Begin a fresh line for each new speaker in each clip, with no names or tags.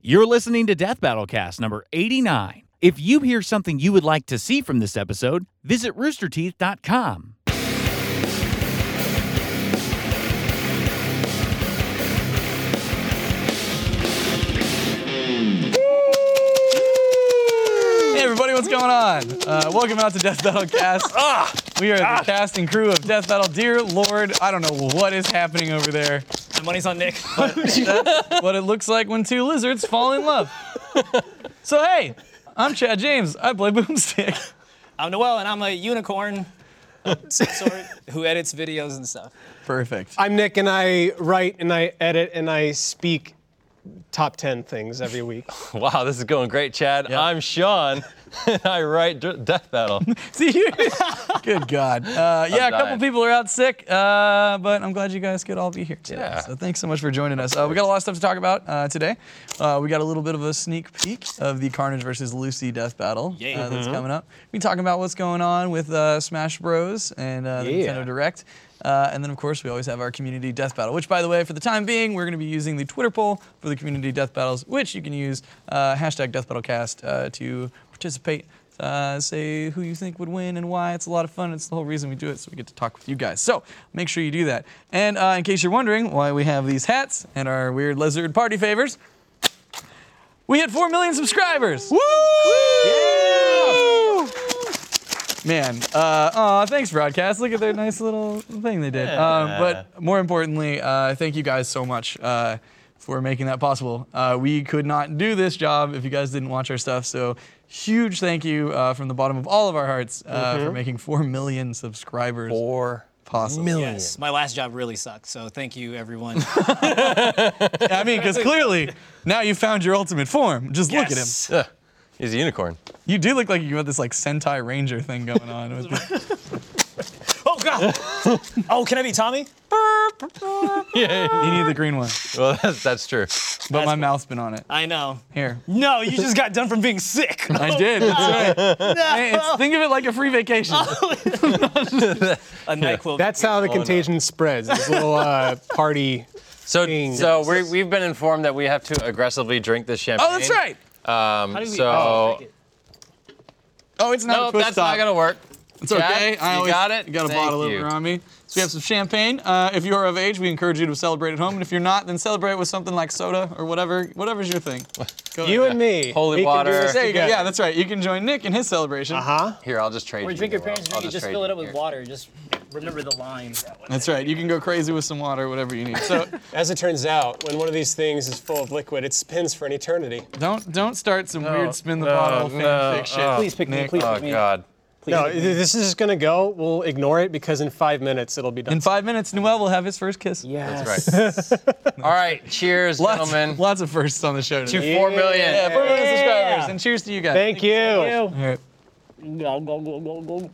You're listening to Death Battle Cast number 89. If you hear something you would like to see from this episode, visit roosterteeth.com.
Hey everybody, what's going on? Uh, welcome out to Death Battle Cast. we are the cast and crew of Death Battle. Dear Lord, I don't know what is happening over there.
My money's on Nick.
What it looks like when two lizards fall in love. So hey, I'm Chad James. I play Boomstick.
I'm Noel, and I'm a unicorn of some sort who edits videos and stuff.
Perfect.
I'm Nick, and I write and I edit and I speak top 10 things every week.
Wow, this is going great, Chad. I'm Sean, and I write D- Death Battle.
See you. Good God. Uh, yeah, a couple
dying.
people are out sick, uh, but I'm glad you guys could all be here today.
Yeah.
So thanks so much for joining us. Uh, we got a lot of stuff to talk about uh, today. Uh, we got a little bit of a sneak peek of the Carnage versus Lucy death battle
Yeah.
uh, that's coming up. We can talk about what's going on with uh, Smash Bros. and uh, the
Yeah.
Nintendo Direct. Uh, and then, of course, we always have our community death battle, which, by the way, for the time being, we're going to be using the Twitter poll for the community death battles, which you can use uh, hashtag death battle cast uh, to participate. Uh, say who you think would win and why. It's a lot of fun. It's the whole reason we do it, so we get to talk with you guys. So make sure you do that. And uh, in case you're wondering why we have these hats and our weird lizard party favors, we hit 4 million subscribers! Woo! Man, uh, aw, thanks, Broadcast. Look at their nice little thing they did. Um, but more importantly, uh, thank you guys so much uh, for making that possible. Uh, we could not do this job if you guys didn't watch our stuff. So, huge thank you uh, from the bottom of all of our hearts uh, for making 4 million subscribers
Four
possible.
Yes, my last job really sucked, so thank you, everyone.
I mean, because clearly, now you found your ultimate form. Just look at him.
Yes.
Ugh, he's a unicorn.
You do look like you have this like Sentai Ranger thing going on. with the-
Oh God! Oh, can I be Tommy?
you need the green one,
Well, that's, that's true.
but my mouth's been on it.
I know.
Here.
No, you just got done from being sick.
I did. That's right. Hey, it's- think of it like a free vacation.
A Nyquil.
That's how the contagion spreads. This little uh, party.
So,
Ding.
so we we've been informed that we have to aggressively drink this champagne.
oh, that's right.
Um,
How do we-
so,
oh, thank you.
Oh, it's not
no,
a twist
that's
top.
not gonna work.
It's okay.
Chad,
I
you
always
got it?
Got a
Thank
bottle
you.
opener on me. So we have some champagne. Uh, if you are of age, we encourage you to celebrate at home, and if you're not, then celebrate with something like soda or whatever. Whatever's your thing. Go
You
ahead.
and me.
Holy
we can do
water.
this
There you go.
together.
Yeah, that's right. You can join Nick in his celebration.
Huh?
Here, I'll just trade
Or
you.
drink your
Noel.
parents'
I'll
drink and just
trade
fill it
you
up with
here.
water. Just remember the lines. That was-
That's right. You can go crazy with some water, whatever you need. So
As it turns out, when one of these things is full of liquid, it spins for an eternity.
don't don't start some weird spin the
no,
bottle fan
no,
fiction.
oh.
Please pick me.
Nick.
Please
Oh
pick me.
God.
No, th- this is just gonna go. We'll ignore it because in five minutes it'll be done.
In five minutes, Noel will have his first kiss.
Yes.
That's right. All right. Cheers,
Lots,
gentlemen.
lots of firsts on the show
To
today.
four million.
Yeah, four million
Yeah.
subscribers, and cheers to you guys.
Thank you.
Ew.
All right.
Go, go, go, go, go.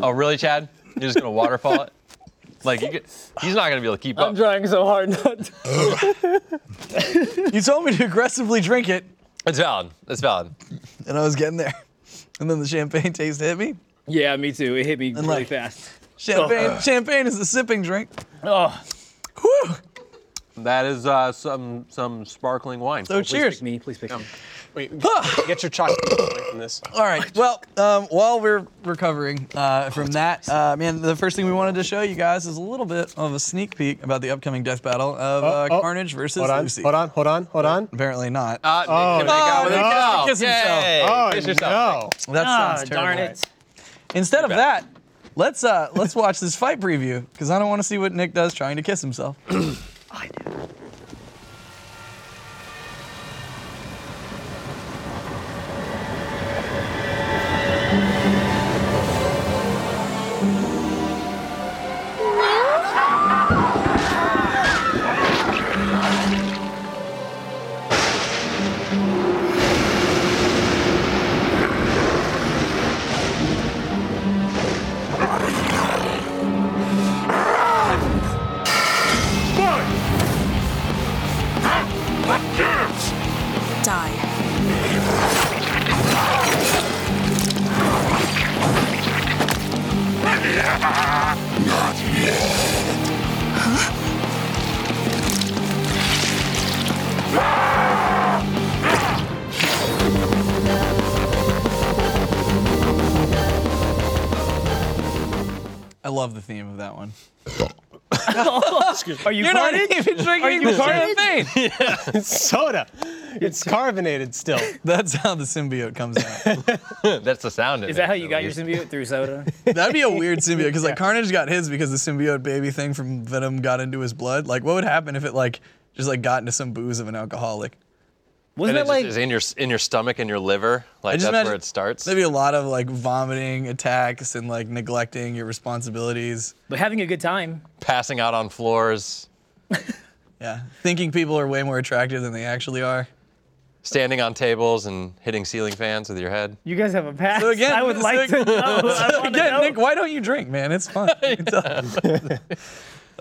Oh, really, Chad? You're just gonna waterfall it? Like you could, he's not gonna be able to keep up.
I'm trying so hard not to.
You told me to aggressively drink it,
It's valid. It's valid.
and I was getting there. And then the champagne taste hit me.
Yeah, me too. It hit me really
like-
fast.
Champagne, champagne is a sipping drink.
Oh,
Whew.
That is uh, some some sparkling wine.
So
please
cheers.
pick me. Please pick me.
Wait, get your chocolate away from this.
All right. Well, um, while we're recovering uh, from that, uh, man, the first thing we wanted to show you guys is a little bit of a sneak peek about the upcoming death battle of uh,
oh.
Carnage versus
Hold on,
Lucy.
hold on, hold on, hold on.
Apparently not.
Uh, Nick can make out with
Nick
a
has to
cow.
kiss himself.
Yay.
Oh
Kiss yourself.
no!
that
Oh,
Ah,
sounds terrible.
darn it.
Instead of
bad.
that, let's uh, let's watch this fight preview because I don't want to see what Nick does trying to kiss himself.
Fight!
I love the theme of that one.
Are you
You're not
carbonated?
even drinking
you
the
carded?
champagne.
soda? It's carbonated still.
That's how the symbiote comes out.
That's the sound. it
Is that how
makes,
you
at
got your
least.
symbiote through soda?
That'd be a weird symbiote because like Carnage got his because the symbiote baby thing from Venom got into his blood. Like, what would happen if it like just like got into some booze of an alcoholic?
And
Wasn't
it
that
just
like
is in your in your stomach and your liver. Like
just
that's where
imagine-
it starts.
There'd be a lot of like vomiting attacks and like neglecting your responsibilities.
but having a good time?
Passing out on floors,
Yeah, thinking people are way more attractive than they actually are.
standing on tables, and hitting ceiling fans with your head.
You guys have a pass.
So again,
I would
so-
like to know. I wanna
Again,
know.
Nick, why don't you drink, man? It's fun.
I,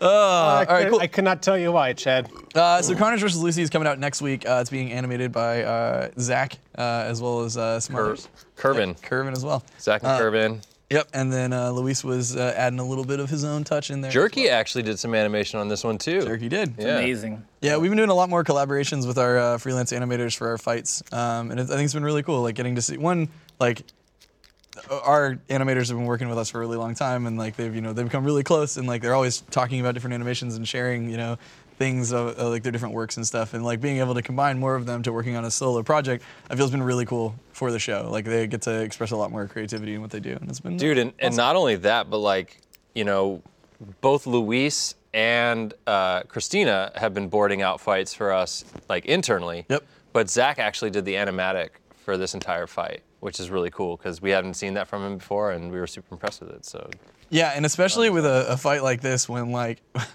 all right,
could-
cool.
I could not tell you why, Chad.
Uh, so Carnage vs. Lucy is coming out next week. Uh, it's being animated by uh, Zach uh, as well as uh, some
Cur-
others.
Curbin.
Curvin as well.
Zach and
Uh,
Curbin.
Yep. And then uh, Luis was uh, adding a little bit of his own touch in there. as
Jerky actually did some animation on this one too.
well. Jerky did.
Yeah.
Amazing.
Yeah, we've been doing a lot more collaborations with our uh, freelance animators for our fights, um, and it, I think it's been really cool. Like getting to see one, like uh, our animators have been working with us for a really long time, and like they've you know they've become really close, and like they're always talking about different animations and sharing you know things of, uh, like their different works and stuff, and like being able to combine more of them to working on a solo project, I feel has been really cool for the show. Like they get to express a lot more creativity in what they do, and it's been
Dude, and, and not only that, but like, you know, both Luis and uh, Christina have been boarding out fights for us, like internally.
Yep.
But Zach actually did the animatic for this entire fight, which is really cool because we hadn't seen that from him before, and we were super impressed with it. So
Yeah, and especially with a, a fight like this, when like,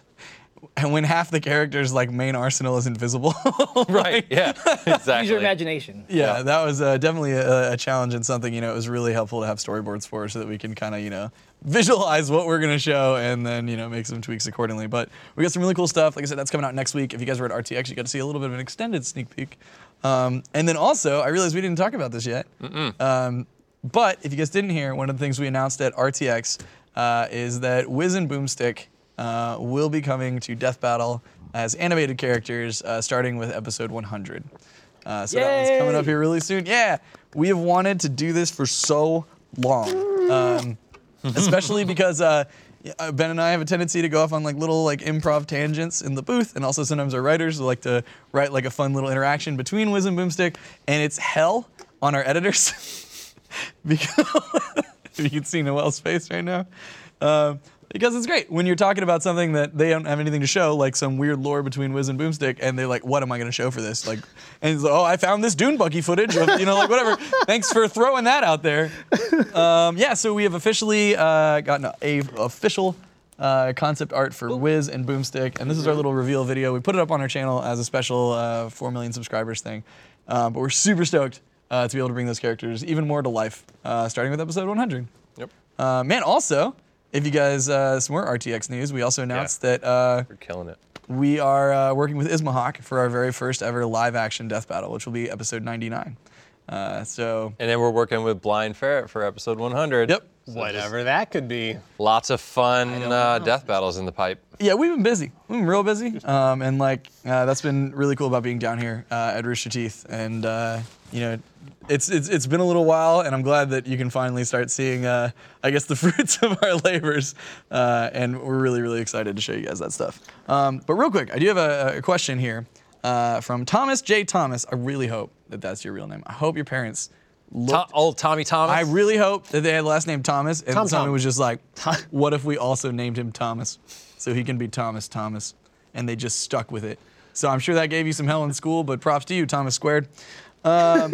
and when half the characters like main arsenal is invisible.
right, yeah, exactly.
Use your imagination.
yeah, that was uh, definitely a, a challenge and something you know it was really helpful to have storyboards for so that we can kind of you know visualize what we're gonna show and then you know make some tweaks accordingly. But we got some really cool stuff. Like I said, that's coming out next week. If you guys were at RTX, you got to see a little bit of an extended sneak peek. Um, and then also, I realized we didn't talk about this yet. Um, but if you guys didn't hear, one of the things we announced at RTX uh, is that Wiz and Boomstick uh, will be coming to Death Battle as animated characters, uh, starting with episode 100. Uh, so that one's coming up here really soon. Yeah, we have wanted to do this for so long, um, especially because. Uh, yeah, uh, ben and I have a tendency to go off on like little like improv tangents in the booth, and also sometimes our writers will like to write like a fun little interaction between Wiz and Boomstick, and it's hell on our editors because you can see Noel's face right now. Um, because it's great when you're talking about something that they don't have anything to show, like some weird lore between Wiz and Boomstick, and they're like, "What am I going to show for this?" Like, and it's like, "Oh, I found this Dune Buggy footage of you know, like whatever." Thanks for throwing that out there. Um, yeah, so we have officially uh, gotten a, a official uh, concept art for Wiz and Boomstick, and this is our little reveal video. We put it up on our channel as a special uh, four million subscribers thing, uh, but we're super stoked uh, to be able to bring those characters even more to life, uh, starting with episode 100.
Yep.
Uh, man, also, if you guys, uh, some more RTX news, we also announced that uh,
We're killing it.
we are uh, working with Ismahawk for our very first ever live action death battle, which will be episode 99. Uh, so,
And then we're working with Blind Ferret for episode 100.
yep.
Whatever that could be.
Lots of fun uh, death battles in the pipe.
Yeah, we've been busy. We've been real busy. Um, and like, uh, that's been really cool about being down here uh, at Rooster Teeth. And, uh, you know, it's, it's, it's been a little while, and I'm glad that you can finally start seeing, uh, I guess, the fruits of our labors. Uh, and we're really, really excited to show you guys that stuff. Um, but real quick, I do have a, a question here uh, from Thomas J. Thomas. I really hope that that's your real name. I hope your parents.
To- old Tommy Thomas.
I really hope that they had the last name Thomas, and
Tom
Tommy
Tom.
was just like, "What if we also named him Thomas, so he can be Thomas Thomas?" And they just stuck with it. So I'm sure that gave you some hell in school, but props to you, Thomas Squared. Um,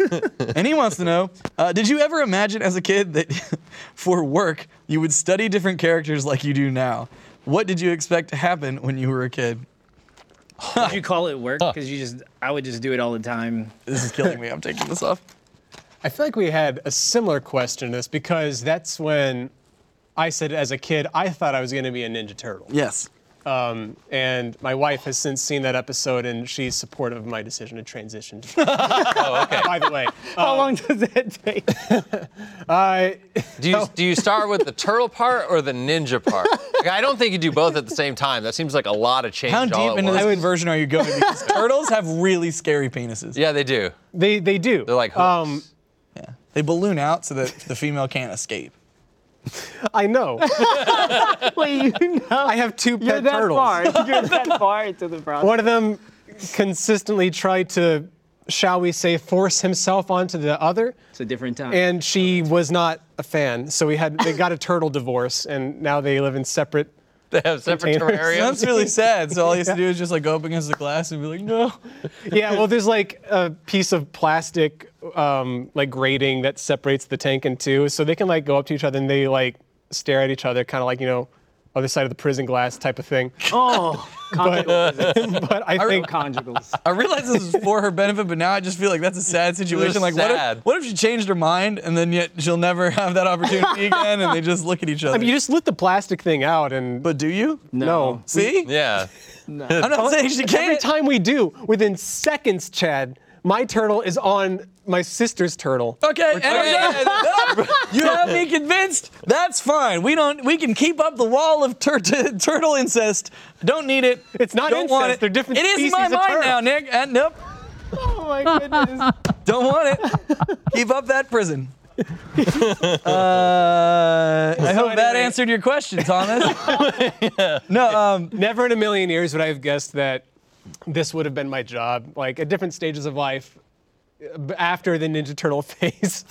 and he wants to know: uh, Did you ever imagine as a kid that for work you would study different characters like you do now? What did you expect to happen when you were a kid?
Would you call it work? Because you just, I would just do it all the time.
This is killing me. I'm taking this off.
I feel like we had a similar question to this because that's when I said as a kid I thought I was going to be a Ninja Turtle.
Yes.
Um, and my wife has since seen that episode, and she's supportive of my decision to transition. To
Oh, okay.
by the way,
How long does that take?
uh,
Do you do you start with the turtle part or the ninja part? Like, I don't think you do both at the same time. That seems like a lot of change.
How
all
deep
at
into
once.
this conversion are you going? Because turtles have really scary penises.
Yeah, they do.
they they do.
They're like hooks.
Um,
They balloon out so that the female can't escape.
I know.
Wait, you know.
I have two pet
You're that
turtles.
far. You're that far into the process.
One of them consistently tried to, shall we say, force himself onto the other,
It's a different time.
and she was not a fan. So we had they got a turtle divorce, and now they live in separate.
They have separate
Containers.
terrariums.
That's really sad. So all you have to do is just like go up against the glass and be like, no.
Yeah, well, there's like a piece of plastic, um, like grating that separates the tank in two, so they can like go up to each other and they like stare at each other, kind of like you know, other side of the prison glass type of thing.
Oh, conjugal visits.
But I think
Conjugals.
I realize this is for her benefit, but now I just feel like that's a sad situation. Like, What,
sad.
if, what if she changed her mind and then yet she'll never have that opportunity again and they just look at each other?
I mean, you just let the plastic thing out, and
but do you?
no.
See?
Yeah.
I'm not saying she
Every
can't.
time we do, within seconds, Chad, my turtle is on my sister's turtle.
Okay, and I'm done. you have me convinced. That's fine. We don't. We can keep up the wall of tur- t- turtle incest. Don't need it.
It's not
don't want
incest,
it.
they're different
It is in my
species of
mind
turtle.
now, Nick. Uh, nope.
Oh my goodness.
Don't want it. keep up that prison. Uh, I hope that
anyway-
answered your question, Thomas. no, um,
Never in a million years would I have guessed that this would have been my job. Like at different stages of life, b- after the Ninja Turtle phase,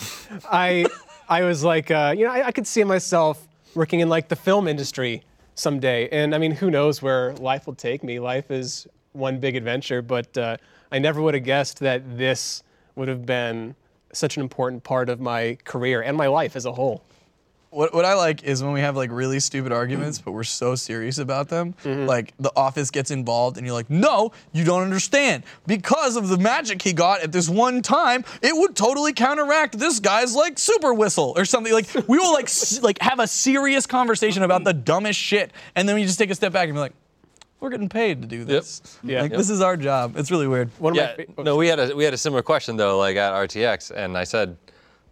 I I was like, uh, you know, I, I could see myself working in like the film industry someday. And I mean, who knows where life will take me? Life is one big adventure, but uh, I never would have guessed that this would have been such an important part of my career and my life as a whole.
what, what I like is when we have like really stupid arguments, but we're so serious about them. Like the office gets involved, and you're like, no, you don't understand. Because of the magic he got at this one time, it would totally counteract this guy's like super whistle or something. Like we will like s- like have a serious conversation about the dumbest shit, and then we just take a step back and be like, we're getting paid to do this.
Yeah.
Like
Yep.
this is our job. It's really weird.
One of
Yeah.
my fa-
No, we had a we had a similar question though, like at RTX, and I said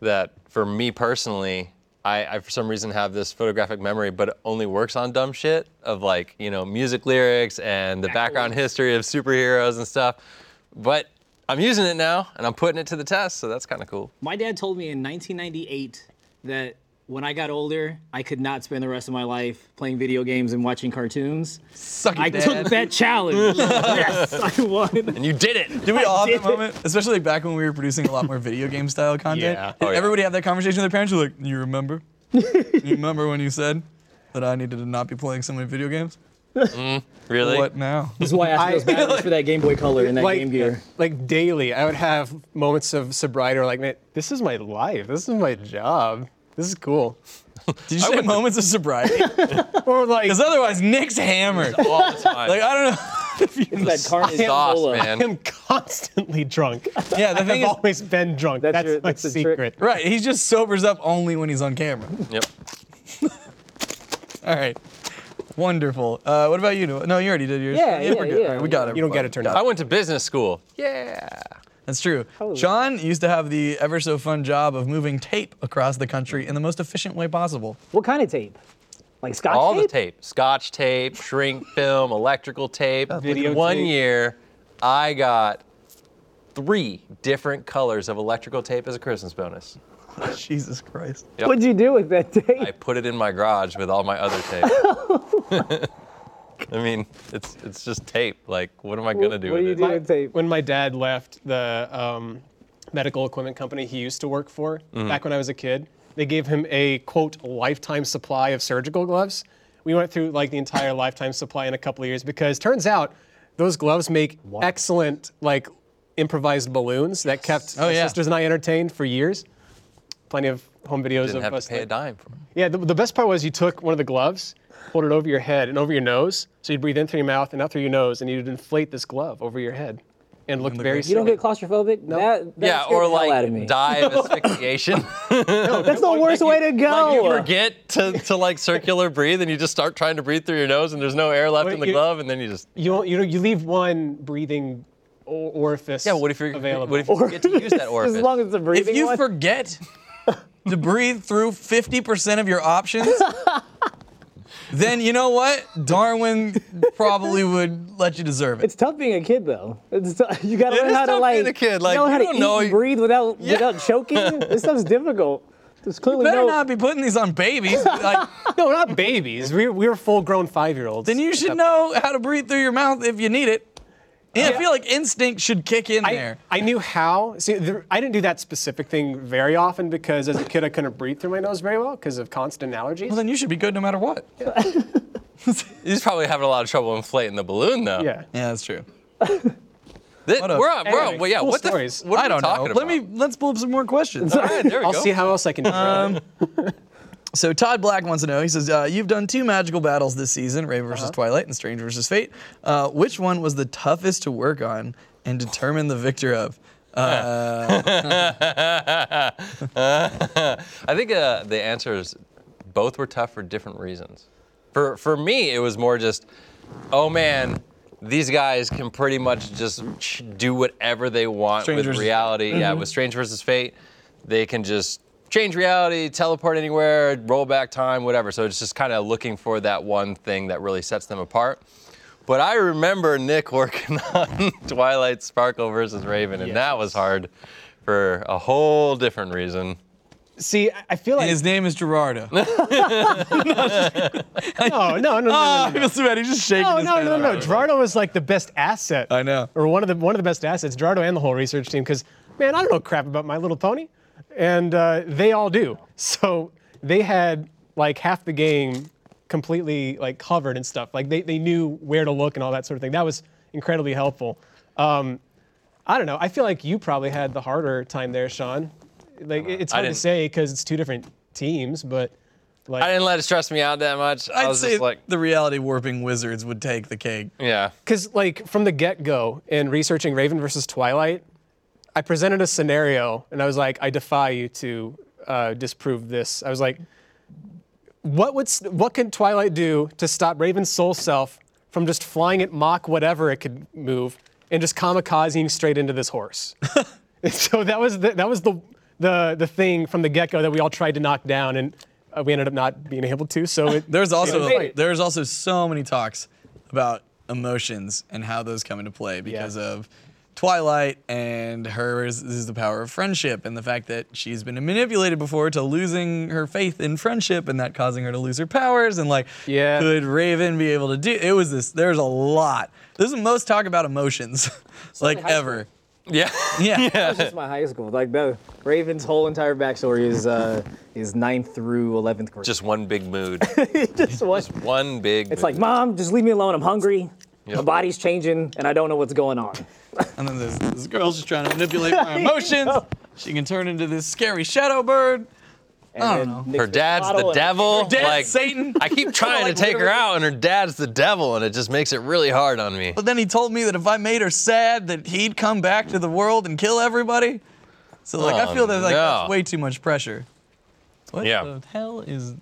that for me personally, I, I for some reason have this photographic memory, but it only works on dumb shit of like you know music lyrics and the background history of superheroes and stuff. But I'm using it now, and I'm putting it to the test, so that's kind of cool.
My dad told me in 1998 that when I got older, I could not spend the rest of my life playing video games and watching cartoons.
Suck it,
I
Dad.
took that challenge. yes, I won.
And you did it.
Did we all have
did
that moment? Especially like back when we were producing a lot more video game style content.
Yeah.
Did
Oh, yeah.
everybody have that conversation with their parents? You're like, you remember? you remember when you said that I needed to not be playing so many video games?
Really?
what now?
This is why I asked for those batteries for that Game Boy Color and that
like,
Game Gear.
like daily, I would have moments of sobriety where like, man, this is my life. This is my job. This is cool.
Did you say moments of sobriety?
Or like,
Because otherwise, Nick's hammered.
All the time.
Like I don't know.
It's that Carnage
Sauce,
Cola.
man.
I'm constantly drunk.
Yeah, the
I've
thing is,
always been drunk. That's,
That's your-
my
that's the trick.
secret.
right? He just sobers up only when he's on camera.
Yep.
All right. Wonderful. Uh, what about you? Noah? No, you already did yours.
Yeah, yeah,
we're good.
yeah.
All right, we got it.
You don't get it turned
I
out.
went to business school.
That's true. Sean used to have the ever so fun job of moving tape across the country in the most efficient way possible.
What kind of tape? Like scotch
all
tape?
the tape scotch tape shrink film electrical tape
Uh, Video
one
tape.
year i got three different colors of electrical tape as a christmas bonus
Jesus Christ.
What'd you do with that tape?
i put it in my garage with all my other tape i mean it's it's just tape like what am i going to do with
what do you
it
do with tape?
When my dad left the um, medical equipment company he used to work for
Mm-hmm.
back when I was a kid, they gave him a quote lifetime supply of surgical gloves. We went through like the entire lifetime supply in a couple of years because turns out those gloves make excellent like improvised balloons that kept
Oh,
my
yeah.
sisters and I entertained for years. Plenty of home videos
didn't
of
have
us
to pay a
like,
dime for it
Yeah, the, the best part was you took one of the gloves, pulled it over your head and over your nose, so you'd breathe in through your mouth and out through your nose, and you'd inflate this glove over your head. and look very
You
sick.
don't get claustrophobic? That, that
yeah,
scared
or
the hell out of me.
like die of asphyxiation.
That's the worst way to
you
go.
forget to, to like circular breathe, and you just start trying to breathe through your nose, and there's no air left
Wait,
in the
you-
glove, and then you just
you don't, you know you leave one breathing o- orifice.
yeah. What if you're
available?
What if you forget to use that
as
orifice?
long as the
If
breathing
you
one.
forget to breathe through 50% of your options, then you know what? Darwin probably would let you deserve it.
It's tough being a kid though. It's tough. You gotta
It
learn
is
how to
tough
like,
being a kid. Like,
you know how
you
to
don't
eat
know-
and breathe without
Yeah.
without choking. this stuff's difficult. There's clearly
Better
no.
not be putting these on babies. Like,
no, not babies. We we were full grown five year olds.
then you should know how to breathe through your mouth if you need it. And I feel like instinct should kick in
I,
there.
I knew how. See, the, I didn't do that specific thing very often because as a kid I couldn't breathe through my nose very well because of constant allergies.
Well, then you should be good no matter what. Yeah,
He's probably having a lot of trouble inflating the balloon, though.
yeah.
that's true.
Thi-
a-
we're on. We're on.
anyway,
Well, yeah.
cool
What the?
stories.
F- what
I
are we
don't know.
talking
Let
about?
me let's pull up some more questions.
All right, there we
I'll
go.
see how else I can. do that.
So Todd Black wants to know. He says, uh, "You've done two magical battles this season: Raven
Uh-huh.
versus Twilight and Strange versus Fate. Uh, which one was the toughest to work on and determine the victor of?"
I think uh, the answer is both were tough for different reasons. For for me, it was more just, oh man, these guys can pretty much just ch- do whatever they want
Strange
with
versus-
reality. Yeah, with Strange versus Fate, they can just change reality, teleport anywhere, roll back time, whatever. So it's just kind of looking for that one thing that really sets them apart. But I remember Nick working on Twilight Sparkle versus Raven, and that was hard for a whole different reason.
See, I- I feel like
And his name is Gerardo. oh,
no, no, no, no, no,
I
no.
feel so bad. Ah, He's just shaking
No,
his
no,
head.
no, no. Gerardo was like the best asset.
I know.
Or one of the one of the best assets. Gerardo and the whole research team, because man, I don't know crap about My Little Pony, and uh, they all do. So they had like half the game completely like covered and stuff. Like they they knew where to look and all that sort of thing. That was incredibly helpful. Um, I don't know. I feel like you probably had the harder time there, Sean. Like it- it's
I
hard to
didn't-
say because it's two different teams, but like
I didn't let it stress me out that much. I
I'd
was
say
just like,
the reality warping wizards would take the cake.
yeah.
because like from the get-go in researching raven versus twilight i presented a scenario and i was like i defy you to uh, disprove this i was like what would s- what can twilight do to stop raven's soul self from just flying at mach whatever it could move and just kamikazing straight into this horse And so that was the, that was the the the thing from the get-go that we all tried to knock down and uh, we ended up not being able to so it,
There's also
Wait.
there's also so many talks about emotions and how those come into play because of Twilight and hers is the power of friendship and the fact that she's been manipulated before to losing her faith in friendship and that causing her to lose her powers and like
Yeah.
could Raven be able to do it was this there's a lot. There's the most talk about emotions like
high school.
ever.
Yeah.
Yeah.
That's my high school. Like the Ravens' whole entire backstory is uh is ninth through eleventh grade.
Just one big mood.
Just one.
One big
It's
mood.
like, mom, just leave me alone. I'm hungry. My body's changing, and I don't know what's going on.
And then this, this girl's just trying to manipulate my emotions. She can turn into this scary shadow bird.
And
I
then
don't know.
Nick
her dad's
Bottle
the
and-
devil.
Dead
like
Satan.
I keep trying to take her out, and her dad's the devil, and it just makes it really hard on me.
But then he told me that if I made her sad, that he'd come back to the world and kill everybody. So like I
Oh,
feel that like that's
no.
way too much pressure. What
Yeah.
the hell is?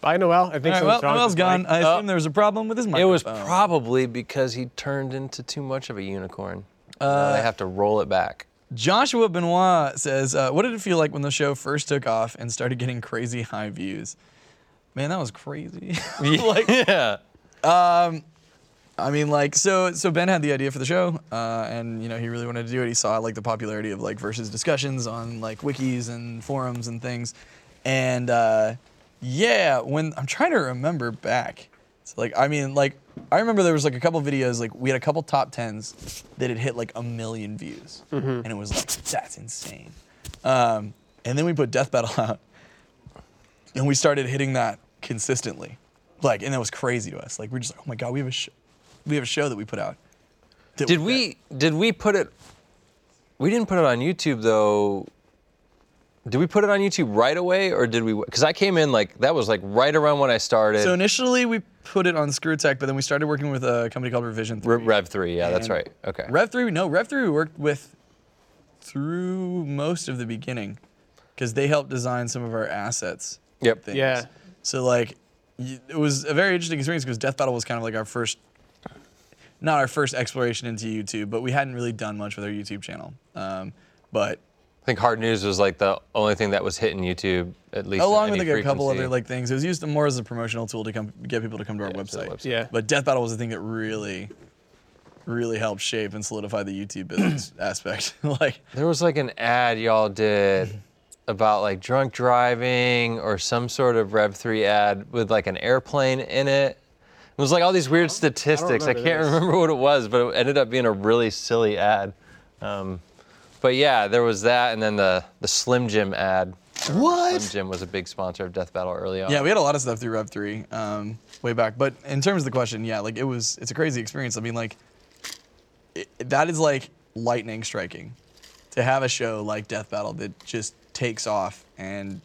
bye noel i think
All right, well,
something's wrong with
Noel's
his
gone. Uh,
mic.
I assume there was a problem with his
It
microphone.
was probably because he turned into too much of a unicorn.
Uh,
now they have to roll it back.
Joshua Benoit says, uh, "What did it feel like when the show first took off and started getting crazy high views?" Man, that was crazy.
yeah.
I mean, like, so so Ben had the idea for the show, uh, and you know he really wanted to do it. He saw like the popularity of like versus discussions on like wikis and forums and things, and uh, yeah, when I'm trying to remember back, it's like I mean, like I remember there was like a couple videos, like we had a couple top tens that had hit like a million views, and it was like that's insane. Um, and then we put Death Battle out, and we started hitting that consistently, like, and that was crazy to us. Like, we're just like, oh my god, we have a, sh- we have a show that we put out. that
Did
was
we did we put it? We didn't put it on YouTube though. Did we put it on YouTube right away, or did we? Because I came in like that was like right around when I started.
So initially we put it on Screw Tech, but then we started working with a company called Revision
Re-
Three.
Rev three, yeah, that's right. Okay.
Rev three, no, Rev three we worked with through most of the beginning because they helped design some of our assets.
Yep.
things.
Yeah.
So like, y- it was a very interesting experience because Death Battle was kind of like our first, not our first exploration into YouTube, but we hadn't really done much with our YouTube channel. Um, but
I think hard news was like the only thing that was hitting YouTube at least. in
along with
any
like a couple
frequency.
other like things, it was used more as a promotional tool to come get people to come to our
to the
website.
website.
Yeah.
But Death Battle was the thing that really, really helped shape and solidify the YouTube business aspect. like.
There was like an ad y'all did about like drunk driving or some sort of Rev three ad with like an airplane in it. It was like all these weird statistics. I,
remember
can't
this.
remember what it was, but it ended up being a really silly ad. Um, but yeah, there was that, and then the the Slim Jim ad. What? Slim Jim was a big sponsor of Death Battle early on.
Yeah, we had a lot of stuff through Rev Three um, way back. But in terms of the question, yeah, like it was, it's a crazy experience. I mean, like it, that is like lightning striking to have a show like Death Battle that just takes off and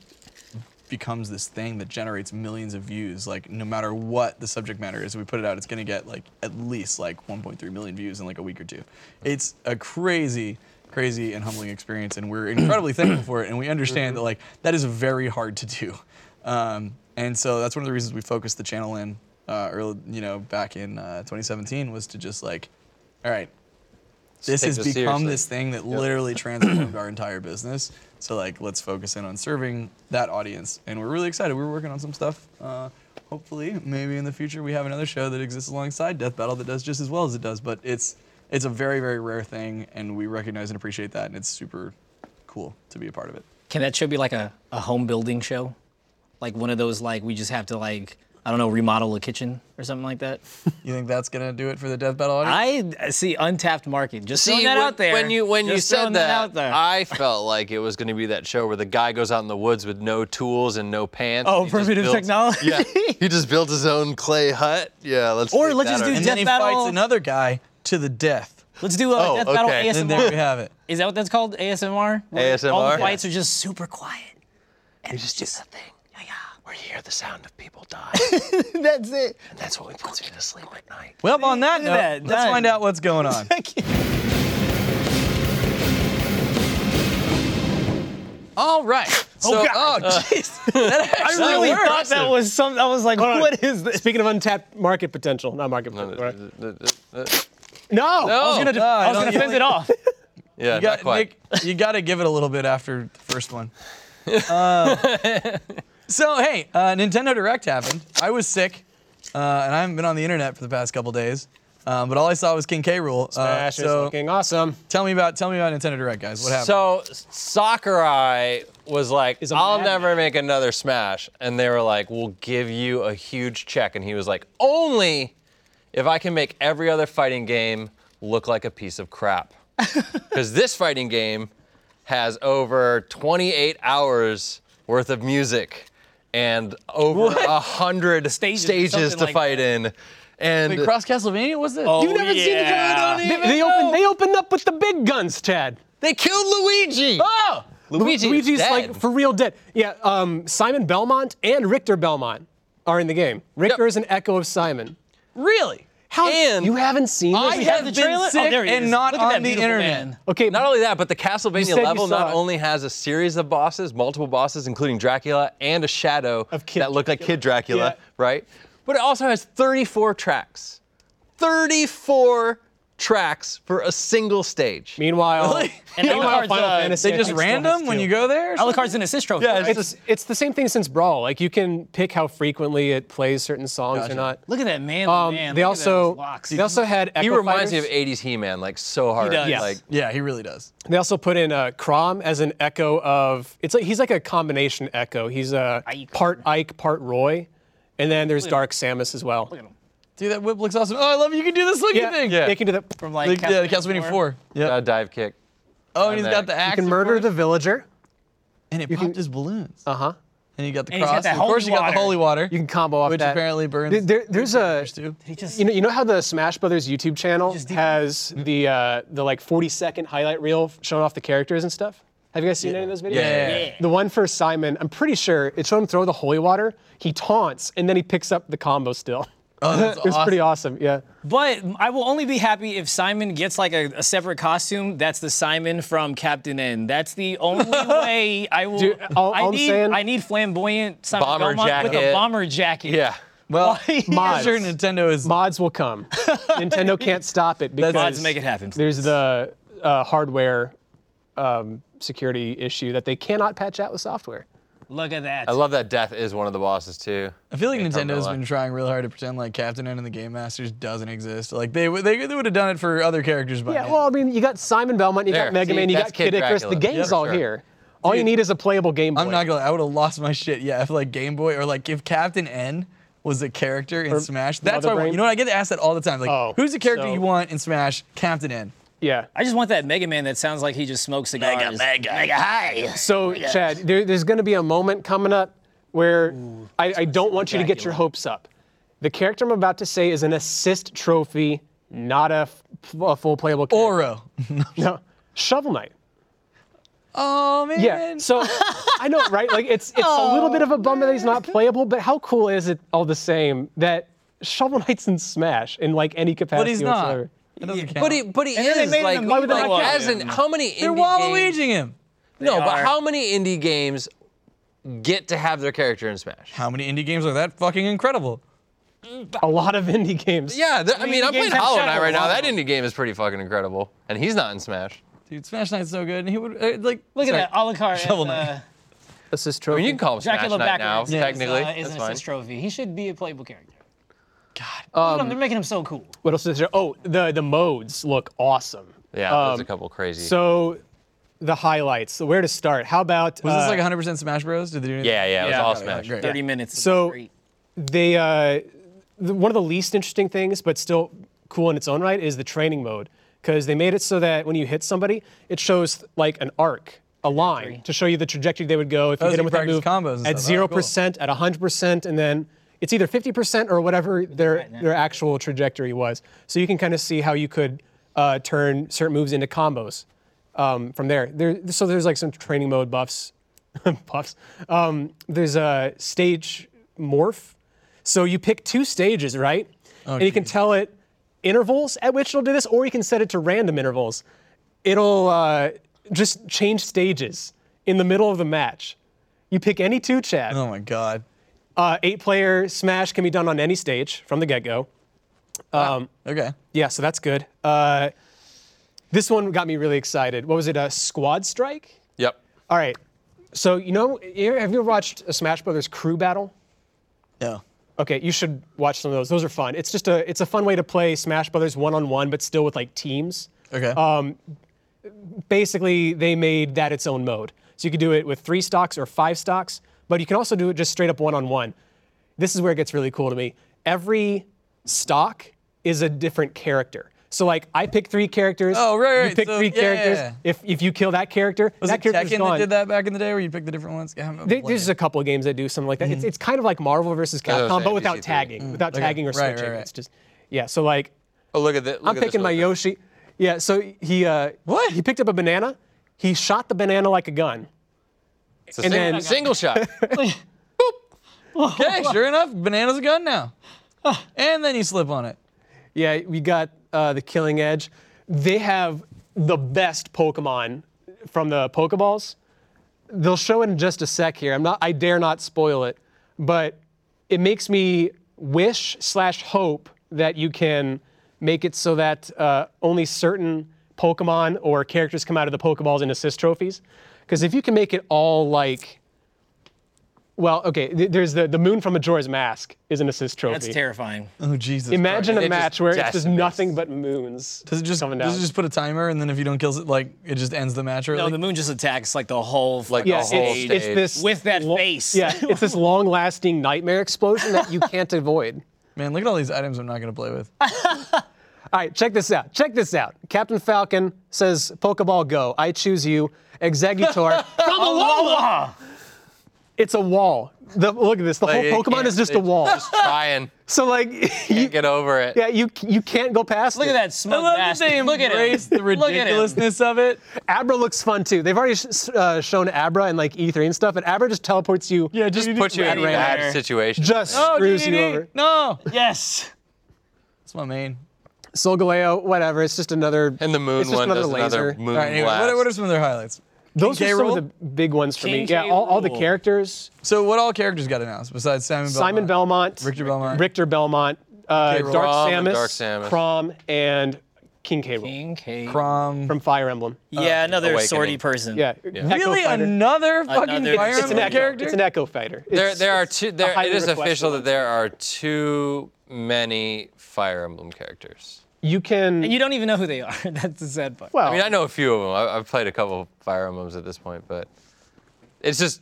becomes this thing that generates millions of views. Like no matter what the subject matter is, we put it out, it's gonna get like at least like 1.3 million views in like a week or two. It's a crazy, crazy and humbling experience, and we're incredibly thankful for it. And we understand that like that is very hard to do, um, and so that's one of the reasons we focused the channel in uh, early, you know, back in uh, 2017 was to just like, all right, this
take
has
this
become
seriously.
this thing that literally transformed our entire business. So like, let's focus in on serving that audience, and we're really excited. We're working on some stuff. Uh, hopefully, maybe in the future we have another show that exists alongside Death Battle that does just as well as it does. But it's it's a very very rare thing, and we recognize and appreciate that, and it's super cool to be a part of it.
Can that show be like a, a home building show? Like one of those like we just have to like I don't know remodel a kitchen or something like that.
You think that's gonna do it for the Death Battle audience?
I see untapped market. Just throwing that
when,
out there.
when you when you
Just
said
throwing
that,
out there.
I felt like it was going to be that show where the guy goes out in the woods with no tools and no pants.
Oh,
and he just
primitive
builds-
technology.
Yeah, he just built his own clay hut. Yeah, let's.
Or
make
let's
that
just do
our-
Death
and then he
Battle-
fights another guy to the death.
Let's do uh, a
Oh,
death battle
okay.
And there we
ASMR.
have it.
Is that what that's called? ASMR. Where All
ASMR?
the fights are just super quiet.
We just do that thing where you hear the sound of people die,
That's it.
and that's what we puts you to sleep at night.
Well, on that
Look
note,
at that.
let's
Done.
find out what's going on. All right. So, oh, jeez.
I really
works.
thought that was some. I was like,
on.
what is this?
Speaking of untapped market potential, not market potential. right?
No, no,
No.
no, no. No.
I was gonna,
Oh, I
I was
don't
gonna
get
fend
it.
it off.
Yeah,
You
not
got,
quite.
Nick, you got to give it a little bit after the first one. Um, so hey, uh, Nintendo Direct happened. I was sick, uh, and I haven't been on the internet for the past couple days. Um, but all I saw was King K. Rule. Uh,
Smash is
so
looking awesome.
tell me about tell me about Nintendo Direct, guys. What happened?
So Sakurai was like,
a
"I'll
madman.
never make another Smash," and they were like, "We'll give you a huge check," and he was like, "Only if I can make every other fighting game look like a piece of crap, because this fighting game has over 28 hours worth of music and over a hundred stages,
Stages or something
to
like
fight in." And
Wait, Cross Castlevania was this?
You've never seen it.
yeah.
Oh, They, they opened. They opened up with the big guns, Chad.
they killed Luigi.
Oh,
Luigi is
Luigi's
dead.
like for real dead. Yeah, um, Simon Belmont and Richter Belmont are in the game. Richter is an echo of Simon.
really?
How
And
you haven't seen?
I
this?
have
the
been
trailer? Oh,
sick
there he
and
is.
not
Look at that
on the
beautiful
internet.
man.
Okay,
Not only that, but the
said
Castlevania
you
level
saw
not
it.
only has a series of bosses, multiple bosses, including Dracula and a shadow
Of Kid
that look like Kid Dracula,
Yeah.
right? But it also has 34 tracks. 34 tracks for a single stage.
meanwhile,
Really?
And
meanwhile,
Alucard's,
Final
uh,
Fantasy,
They
I
just
think, still has
random when
two.
you go there?
Alucard's an assist trophy.
Yeah, it's-
It's it's the same thing since Brawl. Like you can pick how frequently it plays certain songs
Gotcha.
or not.
Look at that man.
Um,
man.
they
Look at
also
those locks.
they also had Echo
he reminds
fighters.
me of 80s He-Man, like so hard.
does.
Like,
yeah, he really does.
They also put in uh, Crom as an echo of. It's like he's like a combination echo. He's a
Ike.
part Ike, part Roy, and then there's Dark Samus as well.
Dude, that whip looks awesome. Oh, I love you can do this looking
Yeah,
thing.
Yeah.
they can do that.
from
Like,
like
yeah, Castlevania 4. Yeah.
a dive kick.
oh, and he's
that.
got the
You
axe.
can murder the villager.
And it popped his balloons.
Uh huh.
And you got the
And he's got
cross.
that
and of course,
holy
you got the
water.
holy water.
You can combo off
Which
that.
apparently burns
There- there- there's a.
too.
just-
You know, you know how the Smash Brothers YouTube channel has the uh, the like 40 second highlight reel showing off the characters and stuff. Have you guys seen any of those videos?
Yeah,
yeah, yeah.
The one for Simon, I'm pretty sure it showed him throw the holy water. He taunts and then he picks up the combo still.
Oh, that's
it was pretty awesome. Yeah.
But I will only be happy if Simon gets like a, a separate costume. That's the Simon from Captain N. That's the only way I will.
Dude, all-
I
all I'm
need
saying-
I need flamboyant Simon
Bomber
Belmont with a
jacket.
bomber jacket.
Yeah.
Well, I'm
mods.
sure Nintendo is.
Mods will come. Nintendo can't stop it because
Mods make it happen.
There's the uh, hardware um, security issue that they cannot patch out with software.
Look at that.
I love that Death is one of the bosses too.
I feel like
Yeah,
Nintendo's
Carmella.
been trying real hard to pretend like Captain N and the Game Masters doesn't exist. Like they would- they, they would have done it for other characters by
Yeah,
now.
well, I mean, you got Simon Belmont, you
There,
got Mega
see,
Man, you
that's
got Kid,
Kid
Icarus. The
Dracula,
game's
for
all
sure.
here. All you need is a playable Game Boy.
I'm not gonna. lie, I would have lost my shit. Yeah, if like Game Boy or like if Captain N was a character in Smash. That's
Mother
why
Brain?
you know what I get asked that all the time. Like,
Oh,
who's the character
so-
you want in Smash? Captain N.
yeah.
I just want that Mega Man that sounds like he just smokes cigars. Mega, mega, mega high.
So, Chad, there, there's going to be a moment coming up where I, I don't want you to get your hopes up. The character I'm about to say is an assist trophy, not a, f- a full playable character.
Oro.
no, Shovel Knight.
Oh man.
Yeah. So I know, right? Like it's it's a little bit of a bummer that he's not playable, but how cool is it all the same that Shovel Knight's in Smash in like any capacity
but he's not.
whatsoever?
It doesn't count.
But he, but he
And
is
then they made
like,
an Why would they
like,
not count
as
him?
in how many indie
they're
games?
Waluigiing him.
No,
are.
but how many indie games get to have their character in Smash?
How many indie games are that fucking incredible?
A lot of indie games.
Yeah, there- I mean, I'm
games
playing
have
Hollow
Shadow
Knight right now.
Wall.
That indie game is pretty fucking incredible, and he's not in Smash.
Dude, Smash Knight's so good, and he would uh, like.
Look
sorry.
at that Alucard.
Shovel
Shovel
Knight.
Uh,
Assist
I
trophy.
mean, you can call him
Dracula
Smash Knight now,
backwards is, uh,
technically.
is
That's
an
fine.
assist trophy. He should be a playable character. God,
Um,
they're making him so cool.
What else is there? Oh, the the modes look awesome.
Yeah, there's a couple crazy.
So the highlights. So where to start? How about
Was
uh,
this like 100% Smash Bros? Did they do anything?
yeah, yeah, it was
Yeah.
all
Got it,
Smash.
great.
30 minutes.
So-
Great.
they uh, the, one of the least interesting things, but still cool in its own right, is the training mode because they made it so that when you hit somebody, it shows like an arc, a line to show you the trajectory they would go if you
Oh,
hit
so
them
you
with that
practice
move
combos and
at
stuff. Oh,
zero
cool.
percent, at hundred percent, and then. It's either 50% or whatever their, their actual trajectory was. So you can kind of see how you could uh, turn certain moves into combos um, from there. there. So there's like some training mode buffs, buffs. Um, there's a stage morph. So you pick two stages, right? and you can
geez.
tell it intervals at which it'll do this, or you can set it to random intervals. It'll uh, just change stages in the middle of the match. You pick any two, Chad.
Oh my god.
Uh, eight-player Smash can be done on any stage from the get-go.
Okay.
Yeah, so that's good. Uh, this one got me really excited. What was it? A squad strike?
Yep.
All right. So you know, you- have you ever watched a Smash Brothers crew battle?
Yeah.
Okay, you should watch some of those. Those are fun. It's just a it's a fun way to play Smash Brothers one on one, but still with like teams.
Okay.
Uh, Basically, they made that its own mode, so you could do it with three stocks or five stocks, but you can also do it just straight up one on one. This is where it gets really cool to me. Every stock is a different character. So like, I pick three characters.
Oh, right, right,
You pick
so- yeah,
three
yeah,
characters.
yeah.
If if you kill that character,
was
that
it
character's
Tekken
gone.
that did that back in the day, where you picked the different ones? Yeah, I haven't
There-
played
There's
it.
a couple of games that do something like that.
Mm-hmm.
It's, it's kind of like Marvel versus
what I was
Capcom, but
saying,
without
DC3.
tagging, without tagging or
Mm. Right, right,
switching.
right.
It's just yeah. So like,
Oh, look at this.
I'm picking my Yoshi. Yeah. So he uh, what? He picked up a banana. He shot the banana like a gun.
It's a
and
single,
then-
single shot.
Okay, sure enough, banana's a gun now. and then you slip on it.
Yeah. We got uh, the Killing Edge. They have the best Pokemon from the Pokeballs. They'll show it in just a sec here. I'm not. I dare not spoil it, but it makes me wish slash hope that you can make it so that uh, only certain Pokemon or characters come out of the Pokeballs in assist trophies. Because if you can make it all like, well, okay, th- there's the the moon from Majora's Mask is an assist trophy.
That's terrifying.
Oh Jesus.
Imagine
It
a
just
match where it's just
decimates.
nothing but moons.
Does it just
coming down.
does it just put a timer, and then if you don't kill it, like it just ends the match? Or
No, the moon just attacks like the whole
Like
like
the
yeah,
whole
it's, it's
stage.
this
with that
lo-
face.
Yeah, it's this long-lasting nightmare explosion that you can't avoid.
man, look at all these items I'm not gonna play with.
All right, check this out. Check this out. Captain Falcon says, Pokeball, go. I choose you. Exeggutor.
From Alola!
It's a wall. The, look at this. The
Like,
whole
it
Pokemon
can't-
is just
it
a wall.
Just trying.
So like, you,
Can't get over it.
yeah, you you can't go past.
Look
it.
at that
I
smoke
love that
bastard.
they
Look at
embrace
him.
the
Look at him.
ridiculousness of it.
Abra looks fun too. They've already sh- uh, shown Abra in like E3 and stuff, and Abra just teleports you.
Yeah, just
Put you in a
Anywhere.
bad situation.
Just
No,
screws you
DDD,
over.
No,
Yes.
that's my main.
Solgaleo, whatever. It's just another.
and the moon
it's just
one
another
does
laser.
another moon
All right, anyway,
blast.
what, are- what are some of their highlights?
Those
King
are
K.
some of
Rool?
the big ones for
King
me. Yeah,
K.
all, all the
Rool.
characters.
So what all characters got announced besides Simon Belmont?
Simon Belmont,
Richter Belmont.
Richter Belmont, uh,
K. Rool.
Dark,
Crom and
Samus,
Dark Samus.
Crom, and King K. Rool
Crom.
from Fire Emblem.
yeah, another
Awakening.
swordy person.
Yeah, Echo
Really,
Fighter.
another fucking
Another-
Fire
It's an
it's
Emblem
an echo.
character?
It's an Echo Fighter.
there,
It's-
there are two. There,
highly
it is
requested
official
one.
that there are too many Fire Emblem characters.
you can.
You don't even know who they are. That's the sad part.
well,
I mean, I know a few of them. I, I've played a couple of Fire Emblems at this point, but it's just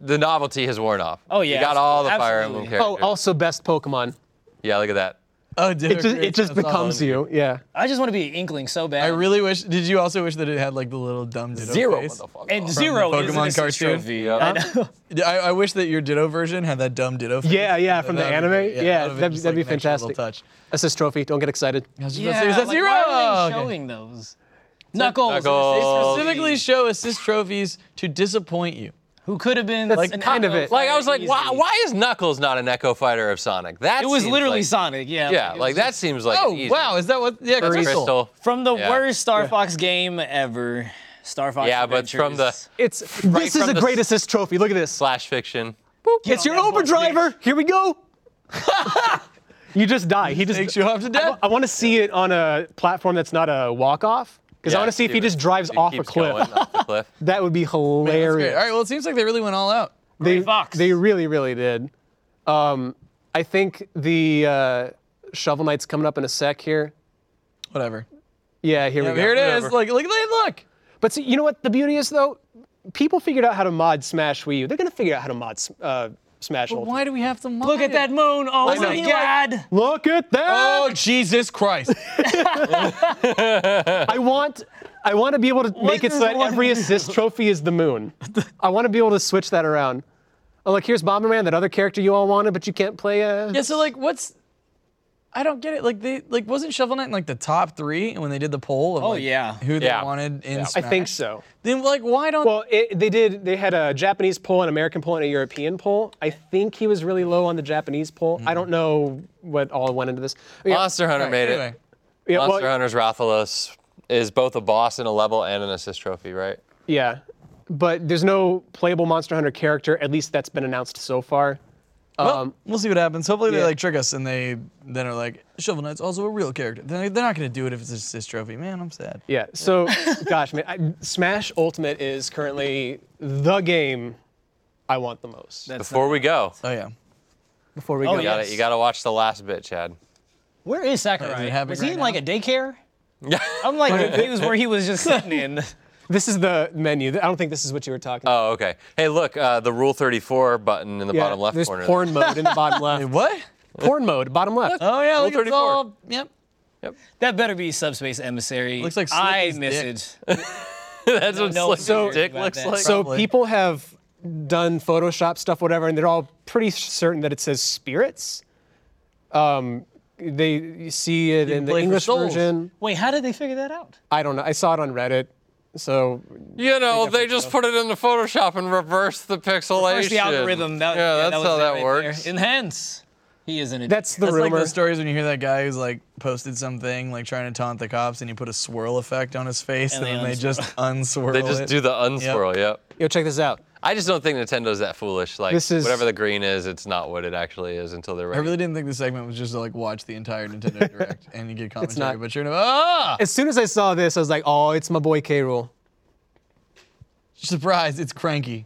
the novelty has worn off.
Oh,
you
yeah,
got all the Fire
absolutely.
Emblem
oh,
characters.
also best Pokemon.
yeah, look at that.
oh, did
It just, it just becomes you. Yeah.
I just want to be an inkling so bad.
I really wish. Did you also wish that it had like the little dumb ditto
Zero,
face?
motherfucker.
and
From
zero
the
is an
Pokemon
assist
cartoon.
trophy.
Yep.
D- I, I wish that your ditto version had that dumb ditto face.
Yeah, yeah,
That-
from the
that would
anime.
be
Yeah,
great. that would
that'd,
just,
that'd
like,
be
an extra little
fantastic. Assist trophy. Don't get excited.
touch.
Yeah,
Is that
like,
zero?
Why are they
Okay.
showing those? Knuckles. an assist
Knuckles.
trophy.
Oh, Specifically show assist trophies to disappoint you.
Who could have been
That's
an
kind of
Echo
it.
Like I
player
was like, why,
easily.
why is Knuckles not an Echo Fighter of Sonic? That
It was
seems
literally
like-
Sonic. Yeah.
Yeah,
it
like
was-
that seems like
Oh
easy.
wow, is that what? Yeah,
Or
crystal.
Crystal.
From the
Yeah.
worst Star Fox game ever, Star Fox.
Yeah, but from the-
Adventures.
It's this is
from
a
the
great
s-
assist trophy. Look at this.
Slash fiction.
It's
on
your
that
Uber
horse,
driver. Here we go. you just die. He just
Takes you off to
I,
death.
want to see it on a platform that's not a walk off because
Yeah,
I want to see if he
it-
just drives
it
off a
keeps
cliff.
going off the cliff.
That would be
That's
hilarious.
great. All right, well, it seems like they really went all out.
they,
Fox.
they really, really did. Um, I think the uh, Shovel Knight's coming up in a sec here.
Whatever.
Yeah, here we go.
Here it is.
Whatever.
Like, look, look, look.
But see, you know what the beauty is though? People figured out how to mod Smash Wii U. They're gonna figure out how to mod uh, Smash. Ultimate.
Why do we have to mod
Look at that moon! Oh
Why
my
not?
God!
Look at that!
Oh Jesus Christ!
I want, I want to be able to make it so that every assist trophy is the moon. I want to be able to switch that around. Oh, like here's Bomberman, that other character you all wanted, but you can't play. Uh,
yeah. So like, what's? I don't get it. Like they like wasn't Shovel Knight in like the top three when they did the poll of oh
yeah.
who they
Yeah.
wanted in
I
Smash?
think so.
Then like why don't?
Well, it, they did. They had a Japanese poll, an American poll, and a European poll. I think he was really low on the Japanese poll.
Hmm.
I don't know what all went into this. Yeah,
Monster Hunter
All right,
made
anyway.
it.
yeah, well,
Monster Hunter's Rathalos is both a boss in a level and an assist trophy, right?
Yeah, but there's no playable Monster Hunter character. At least that's been announced so far.
Well,
Um,
we'll see what happens. Hopefully they
yeah.
like trick us and they then are like Shovel Knight's also a real character. They're, they're not gonna do it if it's just his trophy. Man, I'm sad.
Yeah. So, gosh, man, I, Smash Ultimate is currently the game I want the most.
Before we go,
Oh yeah.
Before we go,
you gotta you gotta watch the last bit, Chad.
Where is Sakurai?
Is it happening
Was he
right
in like
now?
a daycare?
Yeah.
I'm like confused where he was just sitting in.
this is the menu. I don't think this is what you were talking. about.
Oh, okay. Hey, look, uh, the Rule 34 button in the bottom left
there's
corner.
porn mode in the bottom left.
What?
porn mode, bottom left.
Oh yeah. Look, it's
34.
all. Yep.
That better be subspace emissary.
Looks like
I
Slippy's
miss
dick.
it.
That's what
no
Slick
one cares
Dick
about
looks
that.
like.
so
probably.
people have done Photoshop stuff, whatever, and they're all pretty certain that it says spirits. Um, they you see it in the
play for
English
souls.
version.
Wait, how did they figure that out?
I don't know. I saw it on Reddit. So
you know, they just put it in the Photoshop and reverse the pixelation.
First the algorithm. That,
yeah, that's
was
how
it
that
right
works.
There. Enhance. He is an.
that's the
That's
rumor.
like those stories when you hear that guy who's like posted something like trying to taunt the cops and he put a swirl effect on his face and,
And they
then they just unswirl
They just
it.
do the unswirl. Yep.
Yo, check this out.
I just don't think Nintendo's that foolish. Like
This is-
whatever the green is, it's not what it actually is until they're
I
ready.
really didn't think the segment was just to like watch the entire Nintendo Direct and you get commentary,
not.
but you're gonna ah
As soon as I saw this, I was like, oh, it's my boy K. Rule.
surprise, it's cranky.